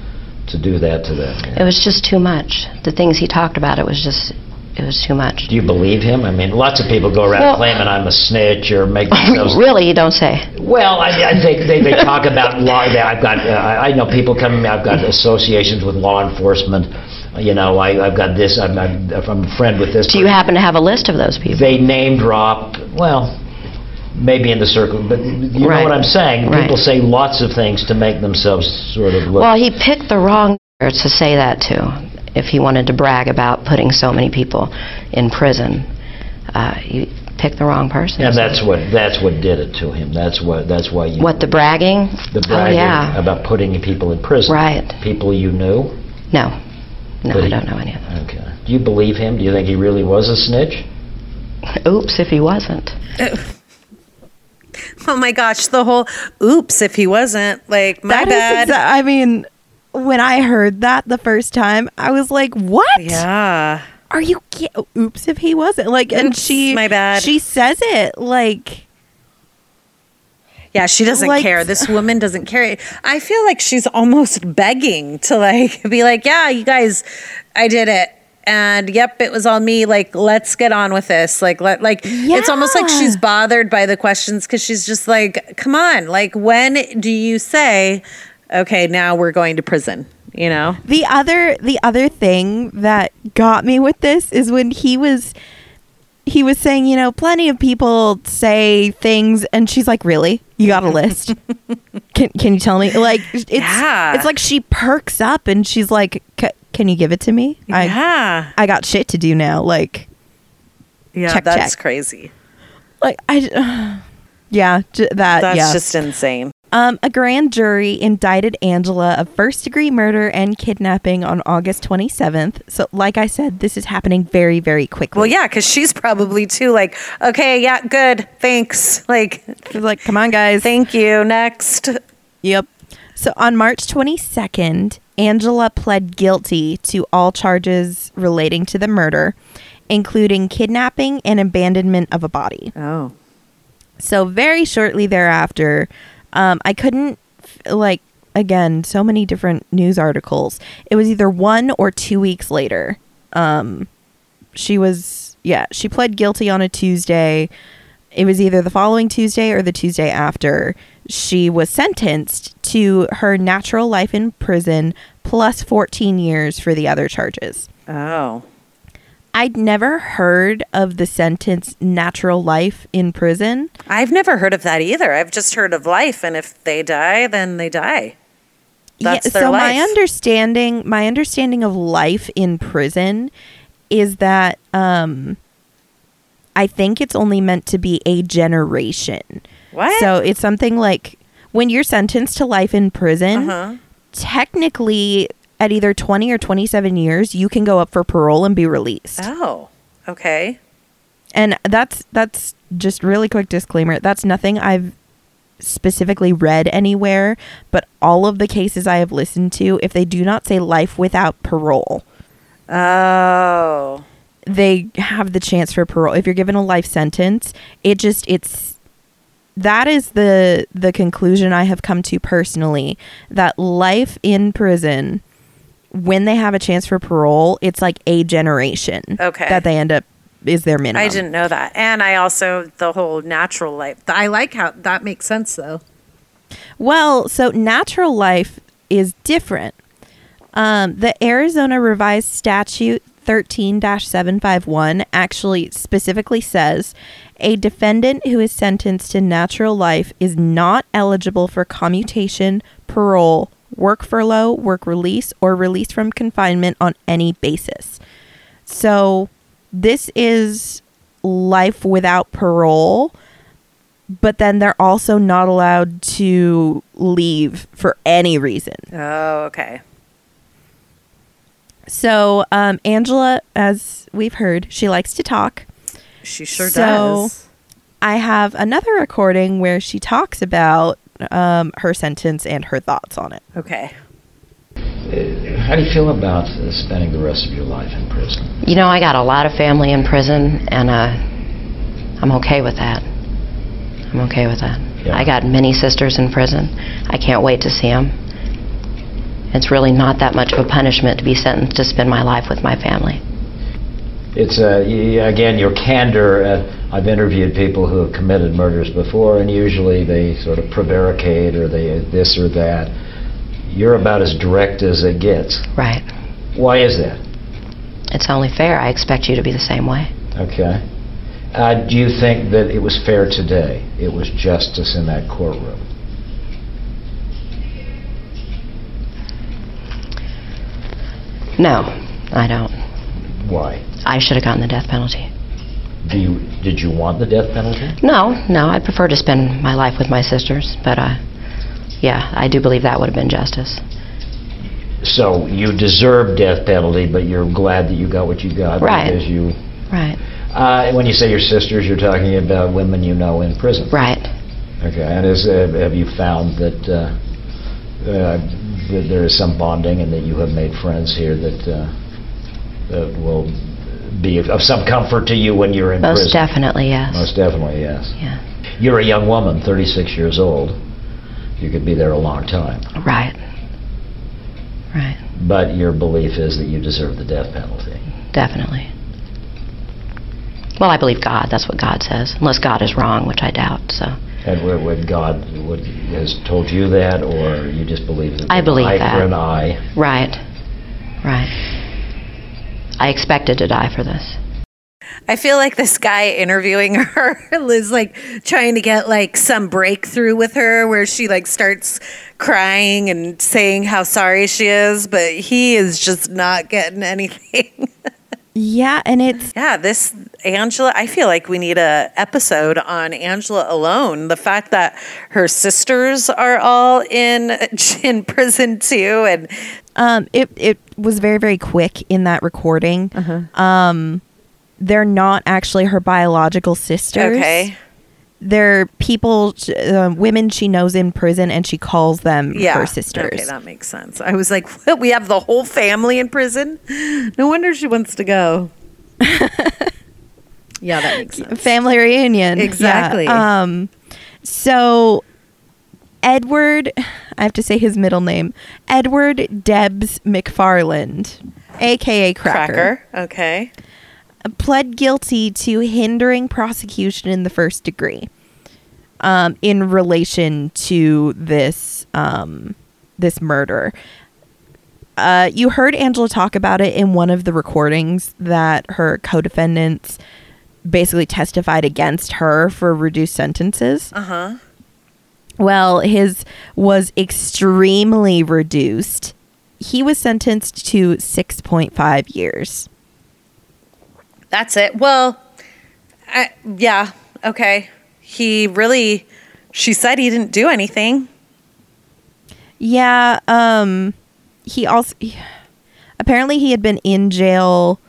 A: to do that to them.
B: It was just too much. The things he talked about, it was just, it was too much.
A: do you believe him? I mean, lots of people go around
B: Well-
A: claiming I'm a snitch or make themselves
B: really, you don't say.
A: Well, I, I, they, they, they talk about law. They, I've got, uh, I I know people coming. I've got associations with law enforcement. You know, I, I've got this. I'm, I'm, I'm a friend with this.
B: Do you
A: person.
B: happen to have a list of those people?
A: They name drop. Well, maybe in the circle, but you know
B: Right.
A: what I'm saying.
B: Right.
A: People say lots of things to make themselves sort of look.
B: Well, he picked the wrong to say that to. If he wanted to brag about putting so many people in prison, uh, he picked the wrong person.
A: and that's what that's what did it to him. That's what that's why you
B: What the bragging?
A: the
B: Oh
A: bragging
B: yeah.
A: about putting people in prison.
B: Right.
A: People you knew.
B: No. No,
A: But
B: I
A: he-
B: don't know any of them.
A: Okay. Do you believe him? Do you think he really was a snitch?
B: Oops, if he wasn't.
E: Oh my gosh, the whole oops if he wasn't. Like my
C: That is
E: bad.
C: exa- I mean, when I heard that the first time, I was like, "What?
E: yeah.
C: Are you? ki- Oops, if he wasn't like." And
E: Oops,
C: she,
E: my bad.
C: She says it like
E: Yeah, she doesn't
C: Like-
E: care. This woman doesn't care. I feel like she's almost begging to like be like, "Yeah, you guys, I did it." And yep, it was all me. Like, let's get on with this. Like, let like it's almost like
C: Yeah.
E: she's bothered by the questions cuz she's just like, "Come on. Like, when do you say, okay, now we're going to prison?" You know?
C: the other. The other thing that got me with this is when he was. He was saying, you know, plenty of people say things, and she's like, "Really? You got a list? can Can you tell me?" Like, it's
E: Yeah.
C: it's like she perks up, and she's like, "C- "Can you give it to me? I
E: yeah.
C: I got shit to do now." Like,
E: Yeah,
C: check,
E: that's
C: check.
E: crazy.
C: like I, yeah, j- that
E: That's
C: Uh, yeah.
E: just insane.
C: um, a grand jury indicted Angela of first degree murder and kidnapping on August 27th. So, like I said, this is happening very, very quickly.
E: Well, yeah, because she's probably too like, okay, yeah, good, thanks. Like,
C: She's like, come on, guys.
E: thank you, next.
C: Yep. So on March 22nd, Angela pled guilty to all charges relating to the murder, including kidnapping and abandonment of a body.
E: Oh.
C: So very shortly thereafter, um, I couldn't f- like again so many different news articles. It was either one or two weeks later. Um, she was yeah she pled guilty on a Tuesday. It was either the following Tuesday or the Tuesday after. She was sentenced to her natural life in prison plus 14 years for the other charges.
E: Oh.
C: I'd never heard of the sentence natural life in prison.
E: I've never heard of that either. I've just heard of life, and if they die, then they die. That's their
C: so
E: life.
C: my understanding my understanding of life in prison is that um I think it's only meant to be a generation.
E: What?
C: So it's something like when you're sentenced to life in prison,
E: Uh-huh.
C: technically at either 20 or 27 years, you can go up for parole and be released.
E: Oh, okay.
C: And that's that's just really quick disclaimer. That's nothing I've specifically read anywhere, but all of the cases I have listened to, if they do not say life without parole,
E: Oh.
C: they have the chance for parole. If you're given a life sentence, it just it's that is the the conclusion I have come to personally that life in prison when they have a chance for parole, it's like a generation
E: Okay.
C: that they end up is their minimum.
E: I didn't know that. And I also, the whole natural life. I like how that makes sense, though.
C: Well, so natural life is different. Um, the Arizona Revised Statute 13 751 actually specifically says a defendant who is sentenced to natural life is not eligible for commutation, parole, work furlough, work release, or release from confinement on any basis. So this is life without parole but then they're also not allowed to leave for any reason.
E: Oh, okay.
C: So, um, Angela, as we've heard, she likes to talk.
E: She sure
C: So-
E: does.
C: I have another recording where she talks about um, her sentence and her thoughts on it.
E: Okay.
A: How do you feel about uh, spending the rest of your life in prison?
B: You know, I got a lot of family in prison, and uh, I'm okay with that. I'm okay with that.
A: Yeah.
B: I got many sisters in prison. I can't wait to see them. It's really not that much of a punishment to be sentenced to spend my life with my family.
A: It's, uh, y- y- again, your candor. uh, I've interviewed people who have committed murders before, and usually they sort of prevaricate or they uh, this or that. You're about as direct as it gets.
B: Right.
A: Why is that?
B: It's only fair. I expect you to be the same way.
A: Okay. Uh, do you think that it was fair today? It was justice in that courtroom?
B: No, I don't.
A: Why?
B: I should have gotten the death penalty.
A: Do you, did you want the death penalty?
B: No, no, I prefer to spend my life with my sisters, but uh, yeah, I do believe that would have been justice.
A: So you deserve death penalty, but you're glad that you got what you got
B: Right.
A: because you.
B: Right.
A: Uh, when you say your sisters, you're talking about women you know in prison.
B: Right.
A: Okay, and is, uh, have you found that, uh, uh, that there is some bonding and that you have made friends here that, uh, that will be of some comfort to you when you're in prison?
B: Most definitely, yes.
A: Most definitely, yes.
B: Yeah,
A: You're a young woman, 36 years old. You could be there a long time.
B: right. Right,
A: But your belief is that you deserve the death penalty.
B: definitely. Well, I believe God, that's what God says, unless God is wrong, which I doubt, so.
A: And wh- when God would- has told you that, or you just believe that
B: I
A: there's an
B: believe
A: eye for
B: that.
A: an eye?
B: Right, right. I expected to die for this.
E: I feel like this guy interviewing her is like trying to get like some breakthrough with her where she like starts crying and saying how sorry she is, but he is just not getting anything.
C: Yeah, and it's
E: Yeah, this Angela, I feel like we need a episode on Angela alone. The fact that her sisters are all in in prison too and
C: um it it was very very quick in that recording. Um
E: Uh-huh.
C: they're not actually her biological sisters.
E: okay.
C: They're people sh- uh, women she knows in prison and she calls them
E: Yeah.
C: her sisters.
E: Okay, that makes sense. I was like, what? we have the whole family in prison? No wonder she wants to go. yeah, that makes sense.
C: family reunion. Yeah.
E: Exactly.
C: Um, so Edward, I have to say his middle name, Edward Debs McFarland, aka Cracker,
E: Okay.
C: pled guilty to hindering prosecution in the first degree. Um, in relation to this um, this murder. Uh, you heard Angela talk about it in one of the recordings that her co defendants basically testified against her for reduced sentences. Uh huh. Well, his was extremely reduced. He was sentenced to 6.5 years.
E: That's it. Well, I, yeah. Okay. He really, she said he didn't do anything.
C: Yeah, um he also apparently he had been in jail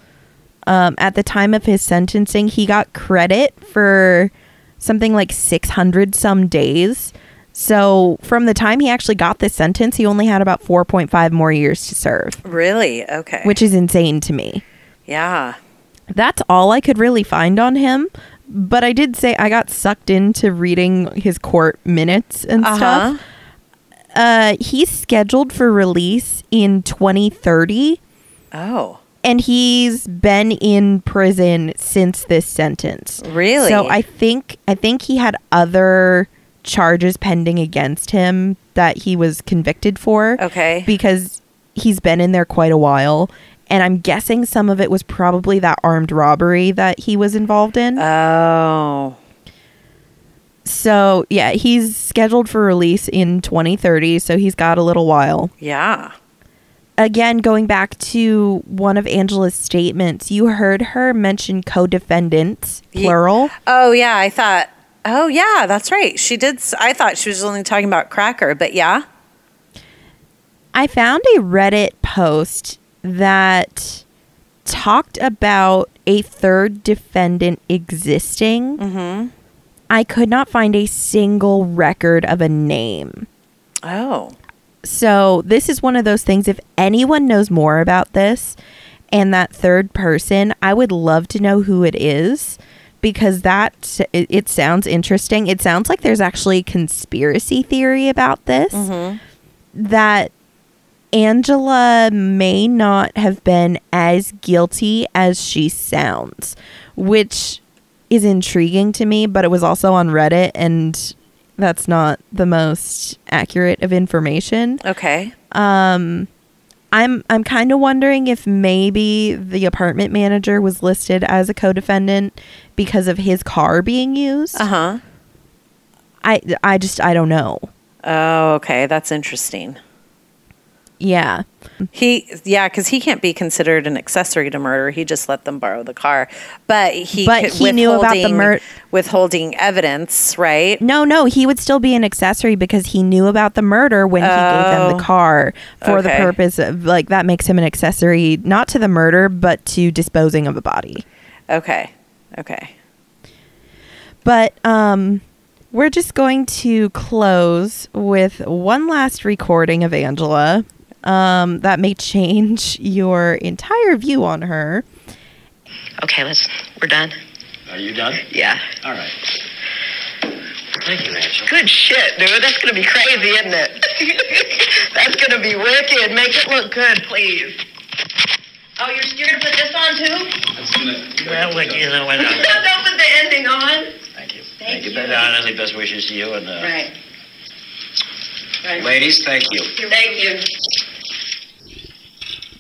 C: um at the time of his sentencing. He got credit for something like 600 some days. So from the time he actually got this sentence, he only had about 4.5 more years to serve,
E: Really? Okay.
C: which is insane to me.
E: yeah.
C: That's all I could really find on him, but I did say I got sucked into reading his court minutes and stuff
E: Uh huh.
C: uh, he's scheduled for release in 2030,
E: Oh.
C: and he's been in prison since this sentence.
E: Really?
C: So I think I think he had other charges pending against him that he was convicted for.
E: Okay.
C: Because he's been in there quite a while, and I'm guessing some of it was probably that armed robbery that he was involved in.
E: Uh. Oh.
C: so yeah, he's scheduled for release in 2030, so he's got a little while.
E: Yeah.
C: again, going back to one of Angela's statements, you heard her mention co defendants, plural.
E: Oh, yeah. I thought, oh, yeah, that's right. She did. s- I thought she was only talking about Cracker, but yeah.
C: I found a Reddit post that talked about a third defendant existing. Mm-hmm. I could not find a single record of a name.
E: Oh.
C: So, this is one of those things. If anyone knows more about this and that third person, I would love to know who it is because that s- it, it sounds interesting. It sounds like there's actually a conspiracy theory about this that Angela may not have been as guilty as she sounds, which is intriguing to me, but it was also on Reddit and that's not the most accurate of information.
E: Okay.
C: I'm I'm kind of wondering if maybe the apartment manager was listed as a co-defendant because of his car being used.
E: Uh huh.
C: I I just I don't know.
E: Oh, okay. That's interesting.
C: Yeah.
E: He, yeah, because he can't be considered an accessory to murder. He just let them borrow the car, but he
C: But
E: could-
C: he knew about the
E: withholding-
C: mur-
E: withholding evidence, right?
C: No, no, he would still be an accessory because he knew about the murder when he gave them the car for the
E: okay.
C: purpose of like that makes him an accessory not to the murder but to disposing of a body.
E: Okay, okay,
C: But um We're just going to close with one last recording of Angela um, that may change your entire view on her.
B: Okay, let's, we're done.
F: Are you done?
G: Yeah.
F: All right. Thank you, Angela.
G: Good shit, dude. That's gonna be crazy, isn't it? That's gonna be wicked. Make it look good, please. Oh, you're, you're gonna put this on too?
F: Well,
H: Well, you know what? uh,
G: Don't put the ending on.
F: Thank you.
G: Thank you.
F: But honestly, best wishes to you and, uh,
G: Right. Right.
F: ladies, thank you.
G: Thank you.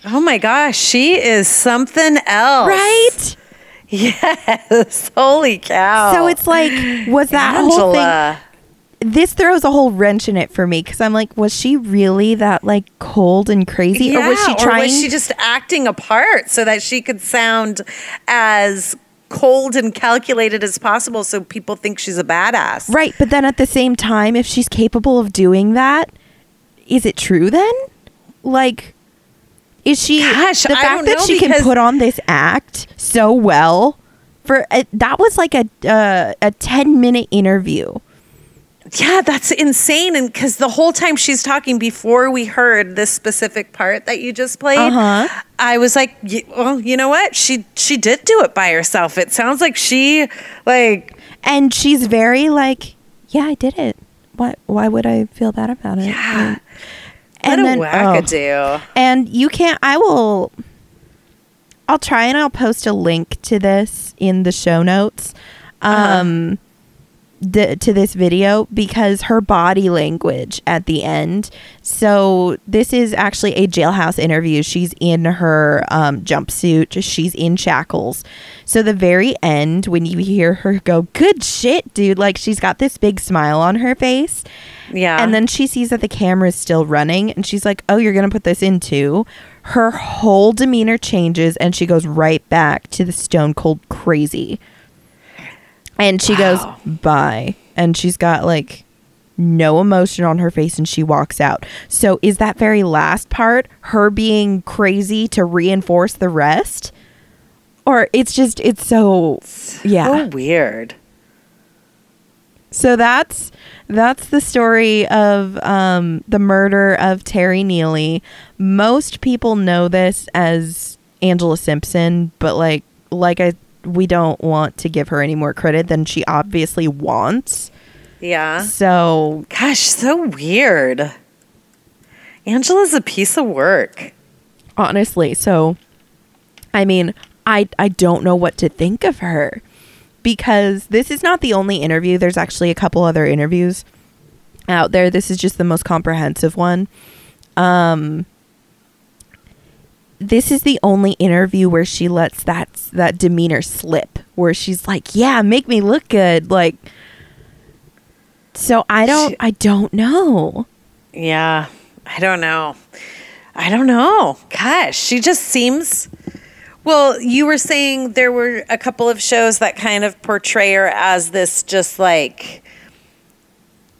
E: Oh my gosh, she is something else.
C: Right?
E: Yes. Holy cow.
C: So it's like, was that whole thing?
E: Angela.
C: This throws a whole wrench in it for me because I'm like, was she really that like cold and crazy, or was she
E: Yeah,
C: trying?
E: Or was she just acting a part so that she could sound as cold and calculated as possible so people think she's a badass?
C: right, but then at the same time, if she's capable of doing that, is it true then? Like, is she
E: Gosh,
C: the
E: I
C: fact
E: don't
C: that
E: know
C: she can
E: because-
C: put on this act so well? For uh, that was like a uh, a ten minute interview.
E: Yeah, that's insane. And because the whole time she's talking before we heard this specific part that you just played,
C: Uh-huh.
E: I was like, y- well, you know what? She she did do it by herself. It sounds like she like
C: and she's very like, yeah, I did it. What? Why would I feel bad about it?
E: Yeah.
C: And
E: what a
C: then- oh,
E: wackadoo.
C: And you can't. I will. I'll try and I'll post a link to this in the show notes. Um. th- to this video because her body language at the end. So this is actually a jailhouse interview. She's in her um, jumpsuit. just- She's in shackles. So the very end, when you hear her go, "Good shit, dude!" Like she's got this big smile on her face.
E: Yeah.
C: And then she sees that the camera's still running and she's like, Oh, you're going to put this in too. Her whole demeanor changes and she goes right back to the stone cold crazy. And she goes, Bye. And she's got like no emotion on her face and she walks out. So is that very last part her being crazy to reinforce the rest? Or it's just, it's so, yeah.
E: Oh, weird.
C: So that's that's the story of um, the murder of Terry Neely. Most people know this as Angela Simpson, but like like I we don't want to give her any more credit than she obviously wants.
E: Yeah.
C: So
E: Gosh, so weird. Angela's a piece of work.
C: honestly, so I mean, I I don't know what to think of her because this is not the only interview. There's actually a couple other interviews out there. This is just the most comprehensive one. Um this is the only interview where she lets that that demeanor slip where she's like, "Yeah, make me look good." Like so I don't
E: She-
C: I don't know.
E: Yeah. I don't know. I don't know. Gosh, she just seems. Well, you were saying there were a couple of shows that kind of portray her as this just like.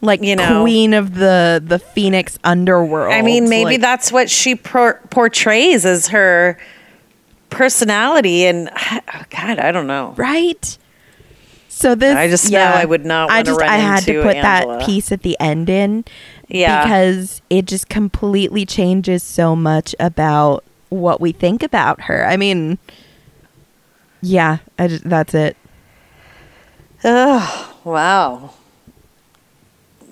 C: Like
E: You know.
C: queen of the the Phoenix underworld.
E: I mean, maybe
C: Oh, Like-
E: that's what she por- portrays as her personality. And oh, God, I don't know.
C: right? So this,
E: I just know I would not
C: I
E: wanna
C: just
E: run
C: I had to
E: into
C: put
E: Angela.
C: that piece at the end in,
E: Yeah.
C: because it just completely changes so much about what we think about her. I mean, yeah, I just, that's it.
E: Oh, wow.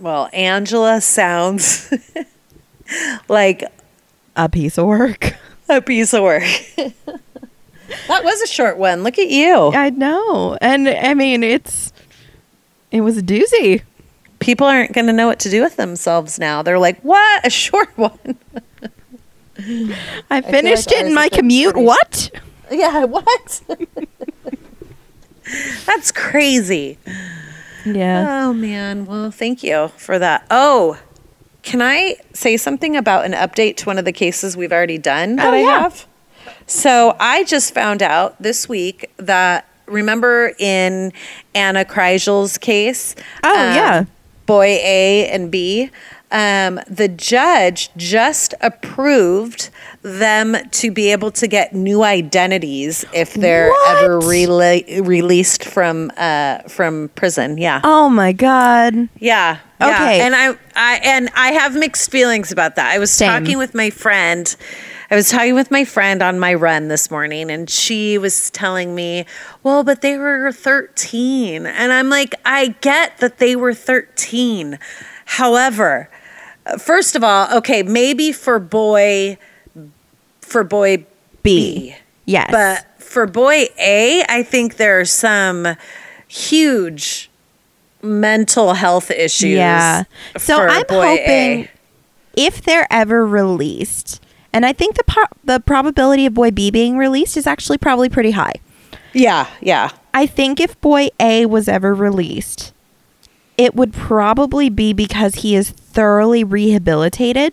E: Well, Angela sounds like
C: A piece of work.
E: a piece of work. that was a short one. Look at you.
C: I know, and I mean, it's it was a doozy.
E: People aren't going to know what to do with themselves now. They're like, what? A short one.
C: I finished it in my commute. What?
E: yeah, what? That's crazy.
C: Yeah.
E: Oh, man. Well, thank you for that. Oh, can I say something about an update to one of the cases we've already done that
C: Oh,
E: I
C: yeah.
E: have? So I just found out this week that, remember in Anna Kreisel's case?
C: Oh, yeah.
E: Boy A and B, um, the judge just approved them to be able to get new identities if they're ever rela- released from uh, from prison. Yeah.
C: Oh my God.
E: Yeah. yeah.
C: Okay.
E: And I, I and I have mixed feelings about that. I was
C: Same.
E: talking with my friend. I was talking with my friend on my run this morning and she was telling me, "Well, but they were 13." And I'm like, "I get that they were 13." However, uh, first of all, okay, maybe for boy for boy B.
C: Yes.
E: But for boy A, I think there are some huge mental health issues.
C: Yeah. So
E: for
C: I'm
E: boy eh?
C: hoping
E: A.
C: if they're ever released, and I think the pro- the probability of boy B being released is actually probably pretty high.
E: Yeah, yeah.
C: I think if boy A was ever released, it would probably be because he is thoroughly rehabilitated.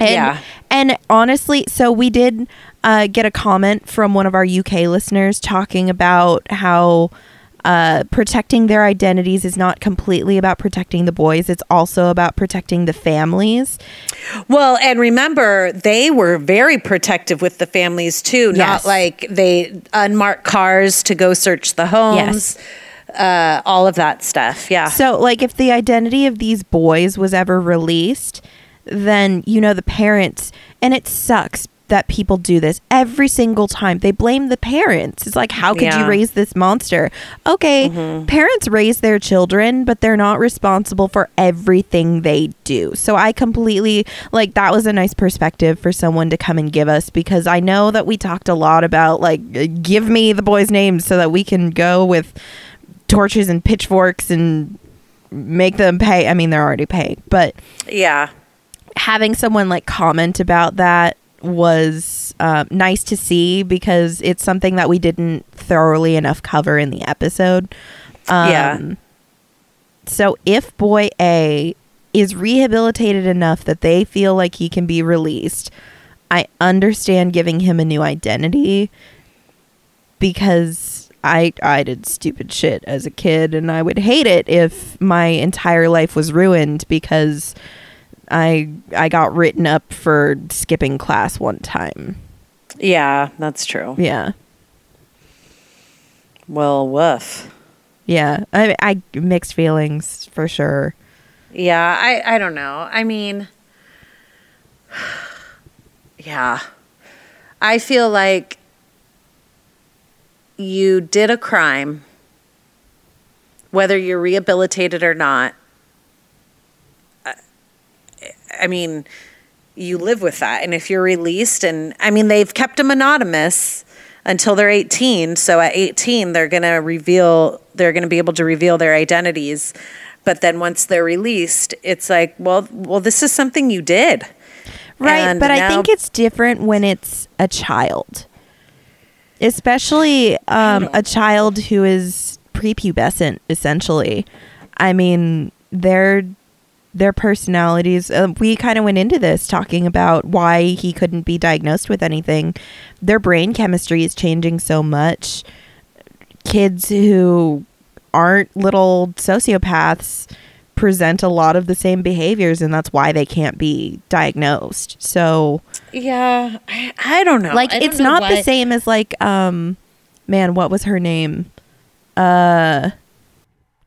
C: And,
E: Yeah.
C: And honestly, so we did uh, get a comment from one of our UK listeners talking about how uh, protecting their identities is not completely about protecting the boys, it's also about protecting the families.
E: Well, and remember, they were very protective with the families too.
C: Yes.
E: Not like they unmarked cars to go search the homes. Uh, all of that stuff. Yeah.
C: So, like, if the identity of these boys was ever released, then, you know, the parents, and it sucks that people do this every single time. They blame the parents. It's like, how could you
E: Yeah.
C: raise this monster? Okay, parents raise their children, but they're not responsible for everything they do. So, I completely, like, that was a nice perspective for someone to come and give us because I know that we talked a lot about, like, uh, give me the boys' names so that we can go with torches and pitchforks and make them pay. I mean, they're already paid, but
E: yeah.
C: having someone like comment about that was uh, nice to see because it's something that we didn't thoroughly enough cover in the episode. Um,
E: yeah.
C: So if boy A is rehabilitated enough that they feel like he can be released, I understand giving him a new identity because I I did stupid shit as a kid and I would hate it if my entire life was ruined because I I got written up for skipping class one time.
E: Yeah. That's true.
C: Yeah.
E: Well, woof.
C: Yeah. I I mixed feelings for sure.
E: Yeah, I, I don't know. I mean, yeah. I feel like you did a crime, whether you're rehabilitated or not. I- I mean, you live with that. And if you're released, and I mean, they've kept them anonymous until they're 18. So at 18, they're going to reveal, they're going to be able to reveal their identities. But then once they're released, it's like, well, well, this is something you did.
C: Right,
E: And
C: but I
E: now-
C: think it's different when it's a child, especially um, a child who is prepubescent. Essentially, I mean their their personalities. Uh, we kind of went into this talking about why he couldn't be diagnosed with anything. Their brain chemistry is changing so much. Kids who aren't little sociopaths present a lot of the same behaviors and that's why they can't be diagnosed. So
E: Yeah, I, I don't know.
C: like
E: Oh, I don't
C: it's
E: know
C: not the
E: why-
C: same as like um man, what was her name? Uh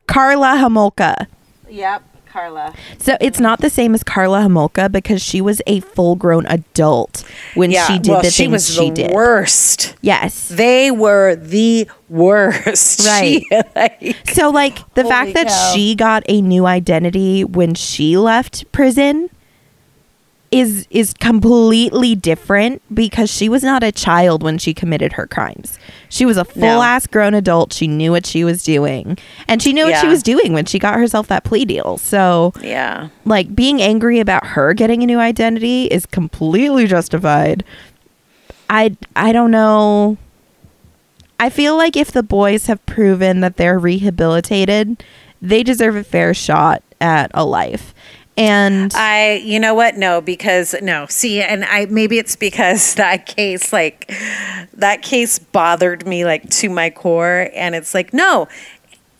C: Carla Hamolka.
E: Yep, Carla.
C: So it's not the same as Carla Hamolka because she was a full-grown adult when
E: Yeah,
C: she did
E: well,
C: the
E: she
C: things
E: was
C: she
E: the
C: did.
E: worst.
C: Yes.
E: They were the worst. She, like,
C: So like the fact that she got a new identity when she left prison is is completely different because she was not a child when she committed her crimes. She was a full ass grown adult. She knew what she was doing. And she knew what she
E: Yeah.
C: was doing when she got herself that plea deal. So
E: yeah,
C: like being angry about her getting a new identity is completely justified. I I don't know. I feel like if the boys have proven that they're rehabilitated, they deserve a fair shot at a life. And
E: I. You know what? No, because no. See, and I maybe it's because that case, like that case, bothered me like to my core, and it's like no,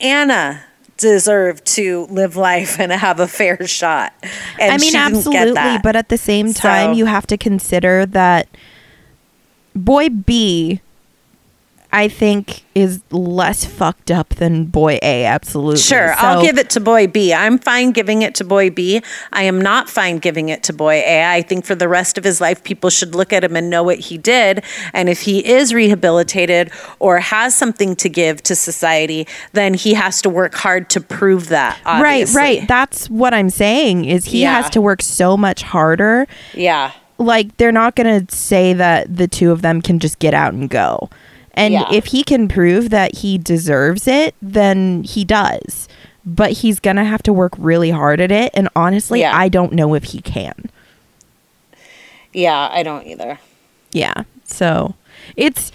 E: Anna. deserve to live life and have a fair shot. And
C: I mean,
E: she didn't get
C: absolutely.
E: that.
C: But at the same time,
E: So-
C: you have to consider that boy B, I think, is less fucked up than boy A. Absolutely.
E: Sure, I'll
C: So-
E: give it to boy B. I'm fine giving it to boy B. I am not fine giving it to boy A. I think for the rest of his life, people should look at him and know what he did. And if he is rehabilitated or has something to give to society, then he has to work hard to prove that. Obviously.
C: Right, right. That's what I'm saying is he
E: Yeah.
C: has to work so much harder.
E: Yeah.
C: Like they're not going to say that the two of them can just get out and go. And
E: Yeah.
C: if he can prove that he deserves it, then he does. But he's going to have to work really hard at it and honestly,
E: Yeah.
C: I don't know if he can.
E: Yeah, I don't either.
C: Yeah. So, it's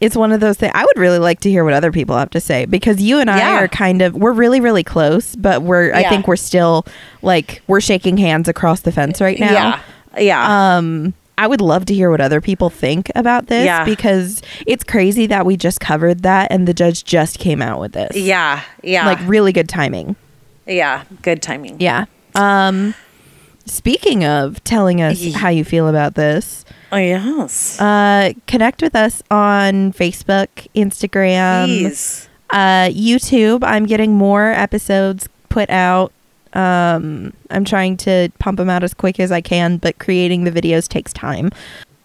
C: it's one of those things. I would really like to hear what other people have to say because you and I
E: Yeah.
C: are kind of we're really really close, but we're I
E: Yeah.
C: think we're still like we're shaking hands across the fence right now.
E: Yeah. Yeah.
C: Uh, I would love to hear what other people think about this
E: Yeah.
C: because it's crazy that we just covered that and the judge just came out with this.
E: yeah. Yeah.
C: Like really good timing.
E: yeah. Good timing.
C: Yeah. Um speaking of telling us how you feel about this,
E: Oh, yes.
C: uh connect with us on Facebook, Instagram,
E: Please.
C: uh YouTube. I'm getting more episodes put out. Um I'm trying to pump them out as quick as I can, but creating the videos takes time.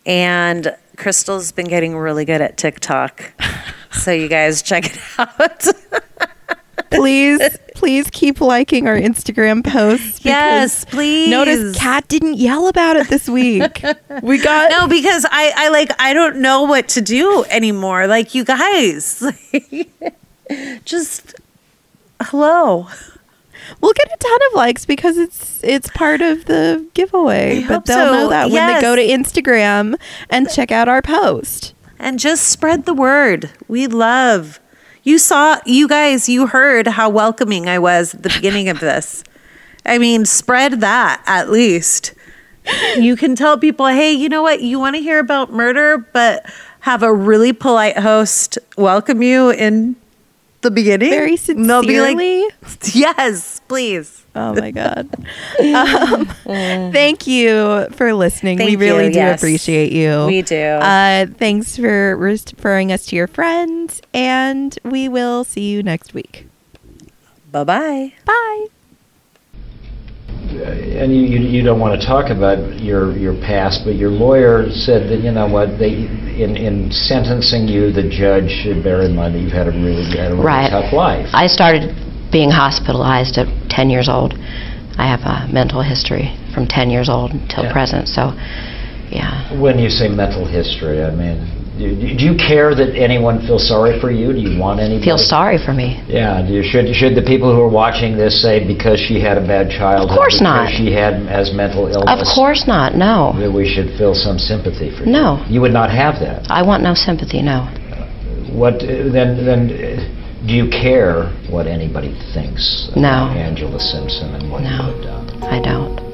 E: And Crystal's been getting really good at TikTok. so you guys check it out.
C: please please keep liking our instagram posts because
E: yes, please.
C: notice kat didn't yell about it this week we got
E: No, because I, I like I don't know what to do anymore. Like you guys. just hello.
C: we'll get a ton of likes because it's it's part of the giveaway
E: I
C: but
E: hope
C: they'll
E: so.
C: know that when they
E: Yes.
C: go to instagram and check out our post
E: And just spread the word. We love you saw you guys, you heard how welcoming I was at the beginning of this. I mean, spread that at least. You can tell people, hey, you know what? You want to hear about murder, but have a really polite host welcome you in the beginning.
C: very
E: And they'll be
C: sincerely
E: like, yes, please.
C: oh my god um, thank you for listening we
E: Mm. Thank
C: really
E: you,
C: do
E: yes.
C: appreciate you
E: We do.
C: uh, thanks for referring us to your friends and we will see you next week
E: Bye bye.
C: bye
A: Uh, and you, you, you don't want to talk about your, your past, but your lawyer said that, you know what, they, in, in sentencing you, the judge should bear in mind that you've had a really, had a really
B: Right.
A: tough life.
B: I started being hospitalized at 10 years old. I have a mental history from 10 years old until
A: Yeah.
B: present, so yeah.
A: when you say mental history, I mean, do, do you care that anyone feels sorry for you? Do you want anybody?
B: Feel sorry for me.
A: Yeah, do you, should, should the people who are watching this say because she had a bad childhood?
B: course
A: because
B: not.
A: she had as mental
B: Of
A: illness?
B: course not. No.
A: That we should feel some sympathy for you?
B: No.
A: You would not have that?
B: I want no sympathy, no.
A: What, uh, then, then, uh, do you care what anybody thinks
B: No.
A: about Angela Simpson and what you
B: No.
A: have done?
B: I don't.